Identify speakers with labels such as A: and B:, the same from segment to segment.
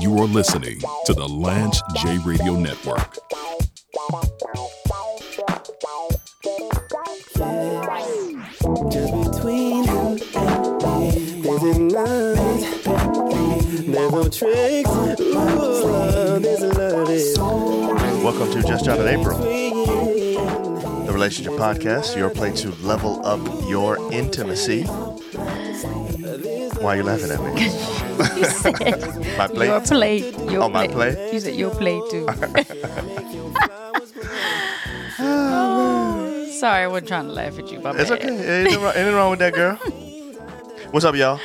A: You are listening to the Lance J Radio Network.
B: Just between you and me, there's a line. There's no tricks. Ooh, this love is
C: Welcome to Just John and April,
B: free.
C: the relationship podcast, your place to level up your intimacy. Why are you laughing at me? my
D: Your
C: plate?
D: plate. Your
C: Oh, my
D: plate.
C: plate?
D: You said your plate too. Sorry, I wasn't trying to laugh at you. My
C: It's
D: bad.
C: okay. Ain't nothing wrong- Ain't wrong with that, girl. What's up, y'all?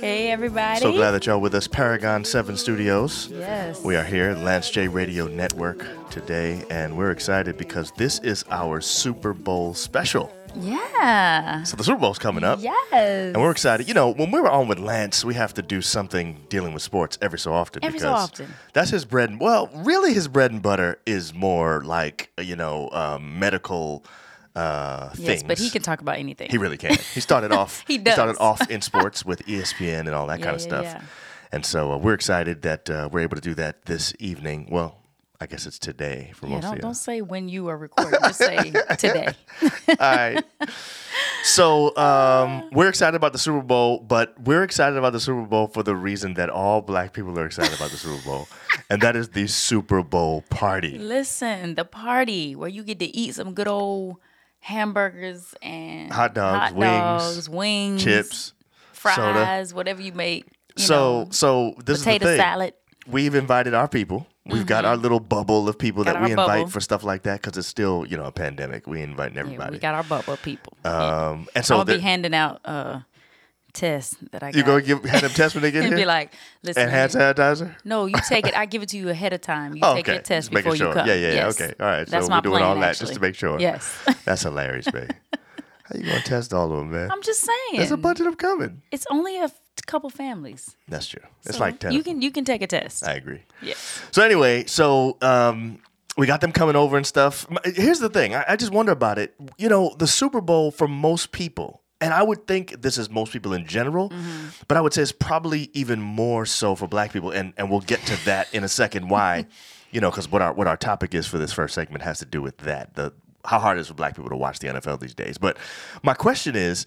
D: Hey, everybody.
C: So glad that y'all with us. Paragon 7 Studios.
D: Yes.
C: We are here at Lance J Radio Network today, and we're excited because this is our Super Bowl special.
D: Yeah.
C: So the Super Bowl's coming up.
D: Yes.
C: And we're excited. You know, when we were on with Lance, we have to do something dealing with sports every so often.
D: Every so
C: because
D: often.
C: That's his bread. And, well, really, his bread and butter is more like you know um, medical uh,
D: yes,
C: things.
D: but he can talk about anything.
C: He really can. He started off.
D: He does.
C: started off in sports with E ESPN and all that
D: Yeah,
C: kind of
D: yeah,
C: stuff.
D: yeah.
C: And so uh, we're excited that uh, we're able to do that this evening. Well, I guess it's today for
D: yeah,
C: most
D: don't,
C: of you.
D: don't say when you are recording. Just say today.
C: All right. So um, we're excited about the Super Bowl, but we're excited about the Super Bowl for the reason that all black people are excited about the Super Bowl, and that is the Super Bowl party.
D: Listen, the party where you get to eat some good old hamburgers and
C: Hot dogs,
D: hot
C: wings,
D: dogs, wings,
C: Chips. soda.
D: fries, whatever you make. You
C: so
D: know,
C: so this
D: potato
C: is the thing.
D: salad. Mm-hmm.
C: We've invited our people. We've got our little bubble of people
D: Got
C: that
D: our
C: we invite
D: bubble.
C: for stuff like that because it's still you know a pandemic. We invite
D: Yeah,
C: everybody.
D: we got our bubble people.
C: um, and
D: I'm
C: so
D: gonna
C: there-
D: be handing out uh tests that I got.
C: you gonna give hand them test when they get
D: and
C: here
D: be like, listen.
C: and hand
D: man,
C: sanitizer.
D: no, you take it. I give it to you ahead of time. You
C: Oh,
D: take
C: okay.
D: your test
C: Just making
D: before you
C: sure.
D: come.
C: Yeah, yeah, yeah.
D: Yes.
C: Okay. All right. So
D: That's
C: we're
D: my
C: doing all
D: plan,
C: that just to
D: actually.
C: make sure.
D: Yes.
C: That's hilarious, baby. How you gonna test all of them, man?
D: I'm just saying.
C: There's a bunch of them coming.
D: It's only a f- couple families.
C: That's true. It's
D: So
C: like ten.
D: You
C: of them.
D: can you can take a test.
C: I agree.
D: yes.
C: So anyway, so um, we got them coming over and stuff. M- Here's the thing. I, I just wonder about it. You know, the Super Bowl for most people, and I would think this is most people in general, but I would say it's probably even more so for Black people, and and we'll get to that in a second. Why? You know, because what our what our topic is for this first segment has to do with that. The how hard it is for black people to watch the NFL these days. But my question is,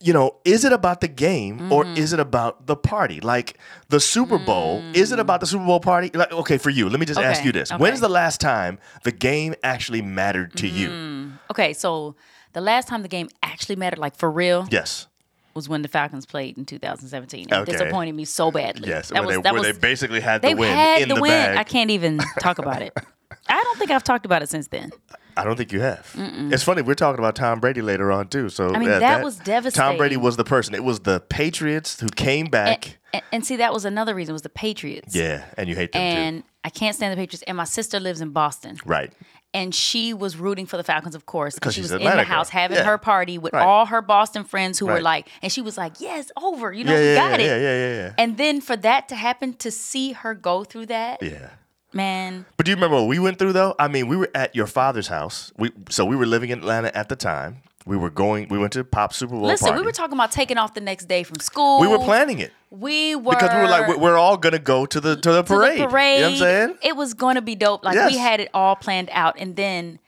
C: you know, is it about the game or
D: Mm-hmm.
C: is it about the party? Like the Super Bowl, is it about the Super Bowl party? Like, okay, for you, let me just ask
D: Okay,
C: you this. When's
D: okay.
C: the last time the game actually mattered to
D: Mm.
C: you?
D: Okay, so the last time the game actually mattered, like for real,
C: Yes.
D: was when the Falcons played in 2017. It
C: Okay.
D: disappointed me so badly.
C: Yes.
D: That
C: where
D: was
C: they,
D: that
C: where
D: was
C: they basically had the
D: They've
C: win
D: had
C: in
D: the,
C: the,
D: win.
C: bag.
D: I can't even talk about it. I don't think I've talked about it since then.
C: I don't think you have. It's funny. We're talking about Tom Brady later on too. So
D: mean, that was
C: Tom Brady
D: devastating.
C: was the person. It was the Patriots who came back.
D: And, and, and see, that was another reason was the Patriots.
C: yeah, and you hate them
D: And I can't stand the Patriots. And my sister lives in Boston.
C: too, right?
D: And she was rooting for the Falcons, of course. And
C: 'Cause
D: she
C: she's
D: was
C: an
D: in the
C: Atlanta girl.
D: house having
C: Yeah.
D: her party with
C: Right.
D: all her Boston friends who were
C: Right.
D: like, and she was like, yes, over. You know,
C: Yeah,
D: we
C: yeah,
D: got
C: yeah,
D: it.
C: yeah, yeah, yeah, yeah.
D: And then for that to happen, to see her go through that,
C: Yeah.
D: man,
C: But do you remember what we went through though? I mean, we were at your father's house. We so we were living in Atlanta at the time. We were going. We went to Pop Super Bowl
D: listen,
C: party.
D: we were talking about taking off the next day from school.
C: We were planning it
D: We were
C: because we were like, we're- we're all gonna go to the to the
D: to
C: parade.
D: the
C: You know what I'm saying?
D: It was going to be dope. Like
C: Yes.
D: we had it all planned out, and then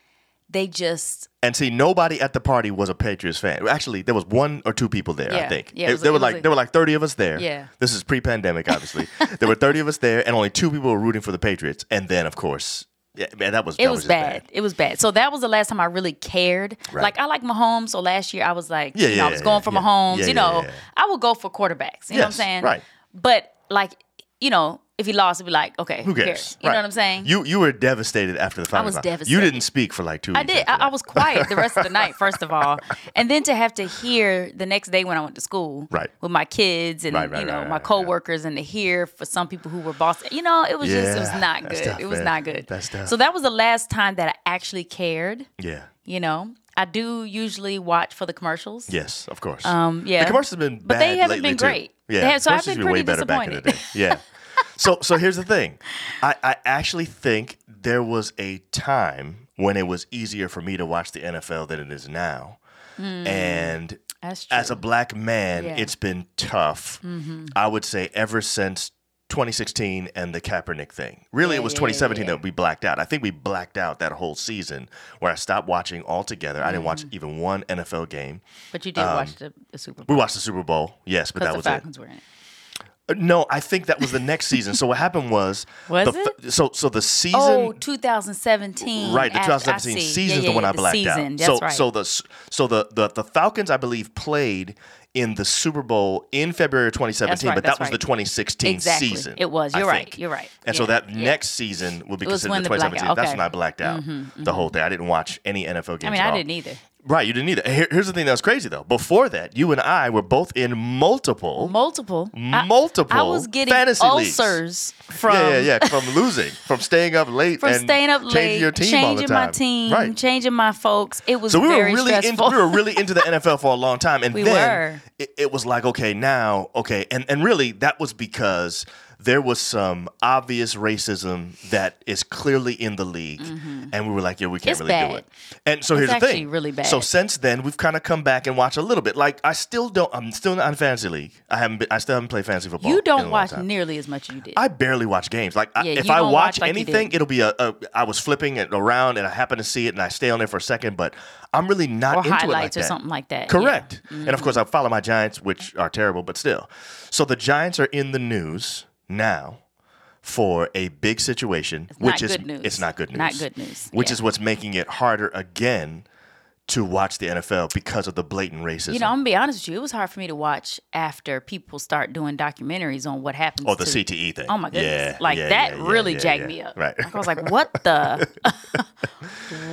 D: they just
C: And see, nobody at the party was a Patriots fan. Actually, there was one or two people there. I
D: Yeah.
C: think
D: Yeah, it was-
C: there
D: it
C: were
D: was
C: like
D: a-
C: there were like thirty of us there.
D: Yeah.
C: This is pre-pandemic, obviously. there were thirty of us there, and only two people were rooting for the Patriots. And then, of course, yeah, man, that was
D: it
C: that
D: was,
C: just
D: bad. It was bad. So that was the last time I really cared.
C: Right.
D: Like I like Mahomes, so last year I was like,
C: Yeah,
D: you
C: yeah,
D: know, I was going for
C: yeah,
D: Mahomes.
C: yeah,
D: you know,
C: yeah, yeah.
D: I would go for quarterbacks. You know what I'm
C: Yes,
D: saying?
C: right.
D: But like, you know, if he lost, it'd be like, okay,
C: Who cares?
D: You
C: Right.
D: know what I'm saying?
C: You you were devastated after the final.
D: was
C: You
D: devastated.
C: didn't speak for like two.
D: I
C: weeks
D: did.
C: after
D: I, I
C: that.
D: was quiet the rest of the night, first of all, and then to have to hear the next day when I went to school,
C: Right.
D: with my kids and
C: Right, right,
D: you know
C: right,
D: my
C: right, yeah.
D: coworkers, and to hear for some people who were Boston, you know, it was just it
C: Yeah,
D: was not
C: that's
D: good.
C: tough,
D: it was
C: man.
D: not good.
C: That's tough.
D: So that was the last time that I actually cared.
C: Yeah.
D: You know, I do usually watch for the commercials.
C: Yes, of course.
D: Um, yeah.
C: The commercials have been bad
D: But they haven't
C: lately,
D: been
C: too.
D: great.
C: Yeah.
D: They have- so I've
C: commercials
D: been
C: used to be way better
D: pretty
C: back in the day. Yeah. so so here's the thing. I, I actually think there was a time when it was easier for me to watch the NFL than it is now.
D: Hmm.
C: And
D: That's true.
C: as a black man,
D: Yeah. Mm-hmm.
C: it's been tough. I would say ever since 2016 and the Kaepernick thing. Really,
D: Yeah,
C: it was
D: yeah, yeah,
C: 2017
D: yeah.
C: that we blacked out. I think we blacked out that whole season where I stopped watching altogether. I didn't watch
D: Mm-hmm.
C: even one NFL game.
D: But you did watch the, the Super
C: We
D: Bowl
C: watched the um, Super Bowl, yes, but
D: because
C: that
D: the
C: was it.
D: Falcons were in it.
C: Uh, No, I think that was the next season. So what happened was,
D: Was
C: the, f- so so the season
D: Oh, 2017.
C: Right, the
D: after- I
C: 2017
D: see.
C: season
D: Yeah,
C: is
D: yeah,
C: the one
D: yeah,
C: I blacked
D: season,
C: out.
D: That's
C: so,
D: right.
C: so the so the, the the Falcons, I believe, played in the Super Bowl in February of 2017,
D: right,
C: but
D: that's
C: that was the
D: right.
C: 2016
D: Exactly.
C: season.
D: It was.
C: I
D: You're right.
C: think.
D: You're right.
C: And so
D: Yeah,
C: that
D: yeah.
C: next season would be
D: was
C: considered
D: when
C: the
D: the
C: 2017.
D: blackout-
C: That's
D: okay. Mm-hmm,
C: when I blacked out the whole thing. I didn't watch any NFL games.
D: I mean,
C: at
D: I
C: all.
D: didn't e- either.
C: Right, you didn't either. Here- here's the thing that was crazy though. Before that, you and I were both in multiple.
D: Multiple. I-
C: Multiple
D: I, was getting
C: fantasy leagues.
D: ulcers from
C: yeah, yeah, yeah. From losing, from staying up late,
D: from
C: and
D: staying up
C: changing
D: late,
C: your team
D: changing
C: all the
D: my
C: time.
D: team,
C: right?
D: changing my folks. It was
C: So we were
D: very
C: really into,
D: stressful.
C: we were really into the NFL for a long time, and
D: We
C: then
D: were.
C: It, it was like okay now okay, and and really that was because there was some obvious racism that is clearly in the league, and we were like yeah we can't
D: Mm-hmm. It's
C: really do
D: bad.
C: it. And so here's the
D: actually
C: thing,
D: really bad.
C: So since then we've kind of come back and watched a little bit. Like I still don't, I'm still not in fantasy league. I haven't been, I still haven't played fantasy football.
D: you
C: in a
D: don't
C: long
D: watch
C: time.
D: nearly as much as you did.
C: I barely watch games. Like I,
D: Yeah,
C: if
D: you
C: I watch,
D: don't watch like you
C: anything,
D: did.
C: it'll be a, a. I was flipping it around and I happen to see it and I stay on there for a second, but I'm really not
D: or
C: into it like
D: highlights or
C: that.
D: something Mm-hmm. like that.
C: Correct. And of course, I follow my Giants, which are terrible, but still. So the Giants are in the news now for a big situation,
D: not
C: which is
D: good news.
C: it's not good news.
D: Not good news,
C: Which
D: yeah.
C: is what's making it harder again to watch the NFL because of the blatant racism.
D: You know, I'm gonna be honest with you. It was hard for me to watch after people start doing documentaries on what happens.
C: Oh, the
D: to-
C: CTE thing.
D: Oh my goodness!
C: Yeah,
D: like
C: yeah,
D: that
C: yeah, yeah,
D: really
C: yeah,
D: jacked
C: yeah.
D: me up.
C: Right.
D: Like, oh, I was like, "What the?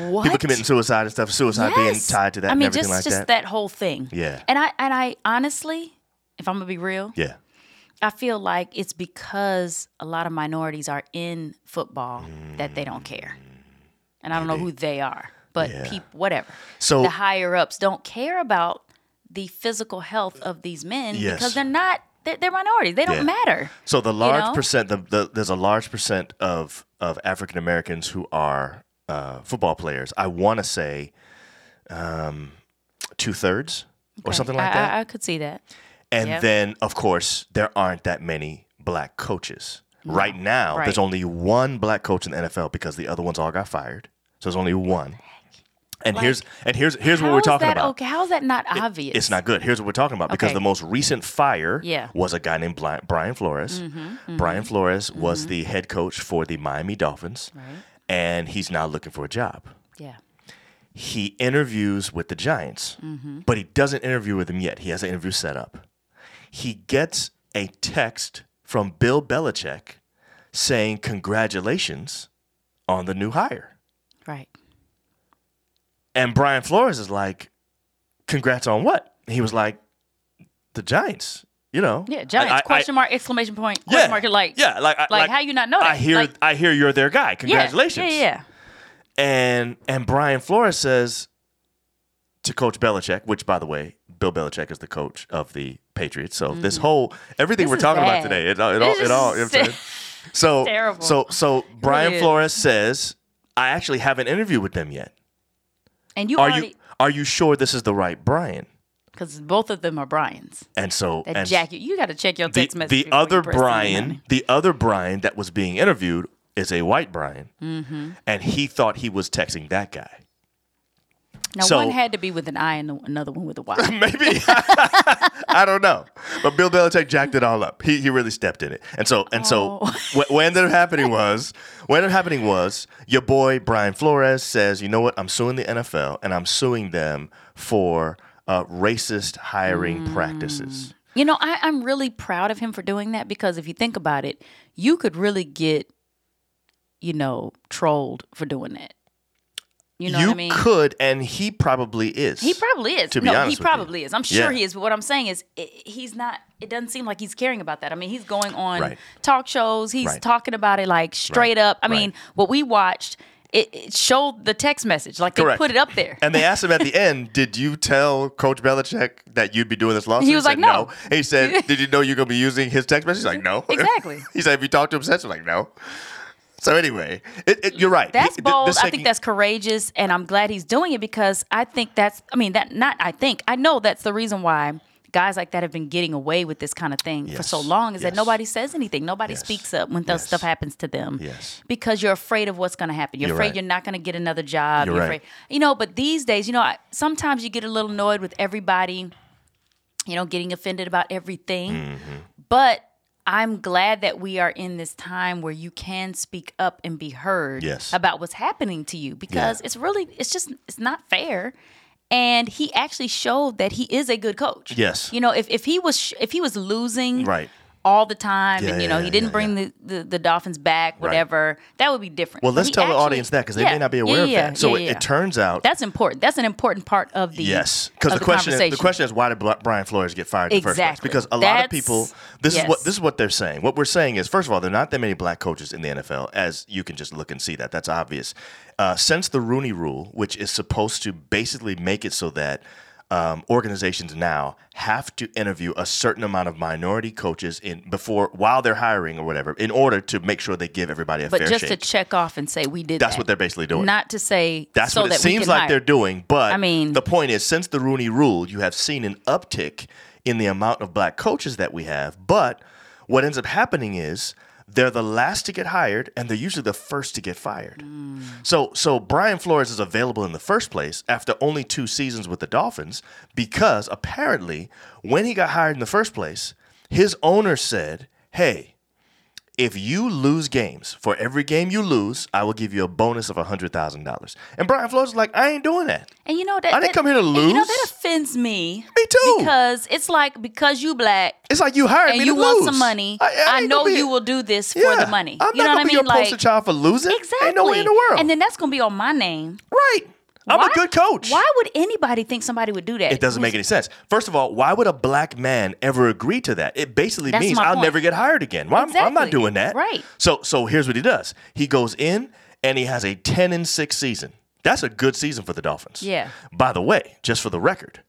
D: what?
C: People committing suicide and stuff. Suicide being
D: Yes.
C: tied to that.
D: I mean,
C: and everything
D: just
C: like
D: just
C: that.
D: that whole thing.
C: Yeah.
D: And I and I honestly, if I'm gonna be real,
C: Yeah.
D: I feel like it's because a lot of minorities are in football that they don't care. And I don't know who they are, but
C: Yeah.
D: peop whatever.
C: So-
D: the higher ups don't care about the physical health of these men
C: Yes.
D: because they're not they're, they're minorities. They don't
C: Yeah.
D: matter.
C: So the large
D: know?
C: percent, the, the there's a large percent of of African Americans who are uh, football players. I want to say um, two thirds or something like
D: I,
C: that.
D: I, I could see that.
C: and
D: yeah.
C: then, of course, there aren't that many black coaches right now.
D: Right.
C: There's only one black coach in the NFL because the other ones all got fired. So there's only one. And here's and here's here's what
D: How
C: we're
D: is
C: talking
D: that
C: about.
D: Okay, how is that not obvious?
C: It's not good. Here's what we're talking about because
D: Okay.
C: the most recent fire
D: Yeah. Mm-hmm,
C: was a guy named Bli- Brian Flores. Brian Flores was the head coach for the Miami Dolphins, and he's now looking for a job.
D: Yeah.
C: He interviews with the Giants,
D: Mm-hmm.
C: but he doesn't interview with them yet. He has an interview set up. He gets a text from Bill Belichick saying, Congratulations on the new hire.
D: Right.
C: And Brian Flores is like, congrats on what? He was like, the Giants, you know?
D: Yeah, Giants.
C: I- I-
D: question mark, exclamation point, question mark, like
C: yeah, like, I-
D: like, how you not know that?
C: I hear,
D: Like,
C: I hear you're their guy.
D: yeah,
C: Congratulations.
D: Yeah, yeah.
C: And and Brian Flores says to Coach Belichick, which by the way, Bill Belichick is the coach of the Patriots. So this whole everything
D: Mm. This
C: we're
D: is
C: talking about
D: bad.
C: today, it, all- it all, it all. You know what I'm
D: This is
C: saying? So
D: terrible.
C: So so Brian
D: is.
C: Flores says, I actually haven't interviewed with them yet.
D: And you
C: Are
D: already
C: you are you sure this is the right Brian?
D: because both of them are Brian's.
C: And so
D: That
C: and
D: jacket. You got to check your
C: the,
D: text message.
C: the
D: before you
C: other
D: press send,
C: Brian,
D: honey.
C: the other Brian that was being interviewed is a white Brian,
D: Mm-hmm.
C: and he thought he was texting that guy.
D: Now
C: so-
D: one had to be with an I and the- another one with a Y.
C: Maybe I don't know, but Bill Belichick jacked it all up. He he really stepped in it, and so and so
D: Oh.
C: what, what ended up happening was what ended up happening was your boy Brian Flores says, you know what, I'm suing the NFL and I'm suing them for uh, racist hiring practices.
D: you know, I, I'm really proud of him for doing that because if you think about it, you could really get, you know, trolled for doing that. You know what I mean?
C: could, and he probably is.
D: He probably is.
C: To be
D: no,
C: honest
D: he
C: with you.
D: probably is. I'm sure
C: Yeah.
D: he is. But what I'm saying is, i he's not. It doesn't seem like he's caring about that. I mean, he's going on
C: Right.
D: talk shows. He's
C: Right.
D: talking about it like straight up. I mean, what we watched, it, it showed the text message. Like
C: Correct.
D: they put it up there.
C: And they asked him at the end, "Did you tell Coach Belichick that you'd be doing this lawsuit?"
D: He was
C: said,
D: like, "No."
C: And he said, "Did you know you're going to be using his text message?" He's like, "No."
D: Exactly.
C: he said, "Have you talked to him since?" I'm like, "No." So anyway, it, it, you're right.
D: that's
C: He- th-
D: bold.
C: this
D: I
C: taking-
D: think that's courageous, and I'm glad he's doing it because I think that's. I mean, that not. I think I know that's the reason why guys like that have been getting away with this kind of thing for so
C: Yes.
D: long is that
C: Yes.
D: nobody says anything. Nobody
C: Yes.
D: speaks up when that
C: Yes.
D: stuff happens to them.
C: Yes.
D: Because you're afraid of what's going to happen. You're,
C: You're
D: afraid
C: right.
D: you're not going to get another job.
C: You're right.
D: afraid, you know, but these days, you know, I, sometimes you get a little annoyed with everybody, you know, getting offended about everything.
C: Mm-hmm.
D: But I'm glad that we are in this time where you can speak up and be heard
C: Yes.
D: about what's happening to you because it's really it's just it's not fair. And he actually showed that he is a good coach.
C: Yes.
D: You know, if, if he was sh- if he was losing
C: Right.
D: all the time
C: Yeah,
D: and you
C: yeah,
D: know,
C: yeah,
D: he didn't
C: yeah,
D: bring The, the the Dolphins back whatever, that would be different.
C: Well,
D: But
C: let's
D: he
C: tell the
D: actually-
C: audience that because they
D: yeah,
C: may not be
D: yeah,
C: aware
D: yeah,
C: of that. So
D: yeah,
C: it,
D: yeah.
C: it turns out
D: that's important. That's an important part of the
C: yes,
D: of
C: because the, question is,
D: conversation.
C: the question is why did Bla- Brian Flores get fired in the first place?
D: Exactly.
C: Because a lot
D: That's-
C: of people, this is what
D: yes.
C: this is what they're saying. What we're saying is, first of all, there are not that many black coaches in the NFL, as you can just look and see that. That's obvious. Uh, since the Rooney Rule, which is supposed to basically make it so that. Um, organizations now have to interview a certain amount of minority coaches in before while they're hiring or whatever in order to make sure they give everybody a
D: but
C: fair
D: just
C: shake.
D: to check off and say we did
C: That's
D: that.
C: what they're basically doing.
D: Not to say
C: That's
D: so
C: what it
D: that we
C: seems
D: can
C: like
D: hire.
C: they're doing. But
D: I mean-
C: the point is, since the Rooney Rule, you have seen an uptick in the amount of black coaches that we have. But what ends up happening is they're the last to get hired, and they're usually the first to get fired.
D: Mm.
C: So, so Brian Flores is available in the first place after only two seasons with the Dolphins because apparently, when he got hired in the first place, his owner said, "Hey." if you lose games, for every game you lose, I will give you a bonus of $100,000. And Brian Flores is like, I ain't doing that.
D: And you know that
C: I didn't
D: that-
C: come here to
D: and You know
C: lose.
D: that offends me.
C: Me too.
D: Because it's like because you black
C: It's like you hired
D: and
C: me
D: you
C: to
D: want
C: lose.
D: some money,
C: I- I
D: I,
C: ain't
D: know
C: gonna be-
D: you will do this for
C: Yeah.
D: the money.
C: I'm not
D: you know
C: gonna
D: what I
C: be
D: mean?
C: your poster
D: like
C: child for losing.
D: exactly.
C: Ain't no way in the world.
D: And then that's gonna be on my name.
C: right. I'm
D: why,
C: a good coach.
D: Why would anybody think somebody would do that?
C: It doesn't make any sense. First of all, why would a black man ever agree to that? It basically
D: That's
C: means
D: my
C: I'll
D: point.
C: never get hired again. Well, I'm- I'm,
D: Exactly.
C: not doing that.
D: Right.
C: So so here's what he does. He goes in and he has a 10 and 6 season. That's a good season for the Dolphins.
D: Yeah.
C: By the way, just for the record,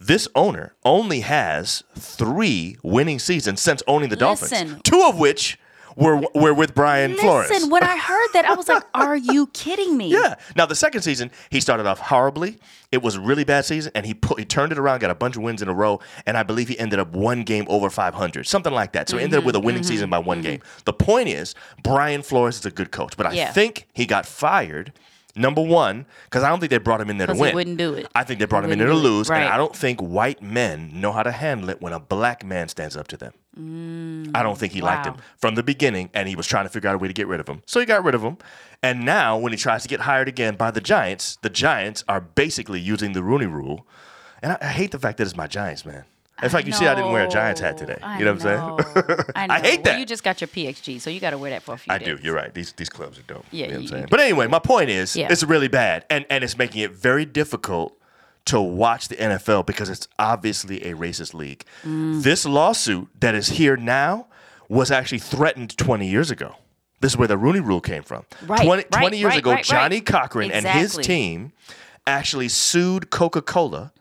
C: this owner only has 3 winning seasons since owning the
D: Listen.
C: Dolphins. Two of which were were with Brian Flores.
D: Listen, when I heard that, I was like, "Are you kidding me?"
C: Yeah. Now the second season, he started off horribly. It was a really bad season, and he put he turned it around, got a bunch of wins in a row, and I believe he ended up one game over 500, something like that. So he ended
D: Mm-hmm.
C: up with a winning season by one game. The point is, Brian Flores is a good coach, but I
D: Yeah.
C: think he got fired. Number one, because I don't think they brought him in there to
D: 'Cause he
C: win.
D: wouldn't do it.
C: I think they brought him in there to
D: wouldn't do it.
C: lose, and
D: Right.
C: I don't think white men know how to handle it when a black man stands up to them. I don't think he liked
D: Wow.
C: him from the beginning, and he was trying to figure out a way to get rid of him. So he got rid of him. And now, when he tries to get hired again by the Giants, the Giants are basically using the Rooney Rule. And I, I hate the fact that it's my Giants, man. In fact, you see, I didn't wear a Giants hat today.
D: I
C: you know what I'm saying?
D: know. I, know.
C: I hate
D: Well,
C: that.
D: you just got your PXG, so you got to wear that for a few
C: I
D: days.
C: do. You're right. These these clubs are dope.
D: Yeah,
C: You know what I'm
D: you-
C: saying?
D: you-
C: But anyway, my point is,
D: Yeah.
C: it's really bad, and and it's making it very difficult to watch the NFL because it's obviously a racist league.
D: Mm.
C: This lawsuit that is here now was actually threatened 20 years ago. This is where the Rooney Rule came from.
D: Right,
C: 20,
D: right,
C: 20 years
D: right,
C: ago,
D: right, right.
C: Johnny Cochran and his
D: Exactly.
C: team actually sued Coca-Cola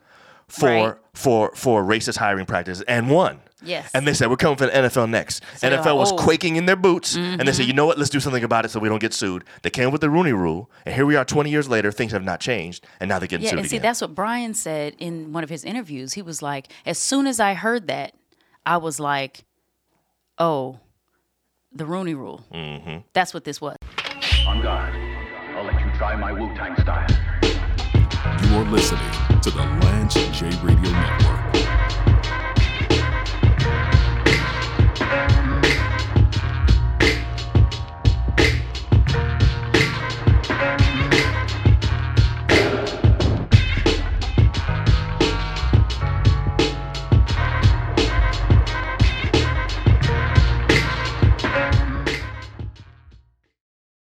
C: for
D: Right.
C: for for racist hiring practices and won.
D: Yes.
C: And they said we're coming for the NFL next.
D: they're
C: NFL was
D: like, "Oh."
C: quaking shaking in their boots, and they said,
D: Mm-hmm.
C: "You know what? Let's do something about it so we don't get sued." They came with the Rooney Rule, and here we are, 20 years later. Things have not changed, and now they're getting
D: Yeah,
C: sued
D: and see,
C: again.
D: that's what Brian said in one of his interviews. He was like, as soon as I heard that, I was like, oh, the Rooney Rule. Mm-hmm. That's what this was.
E: On guard. I'll let you try my Wu Tang style.
A: You are listening to the Lance J Radio Network.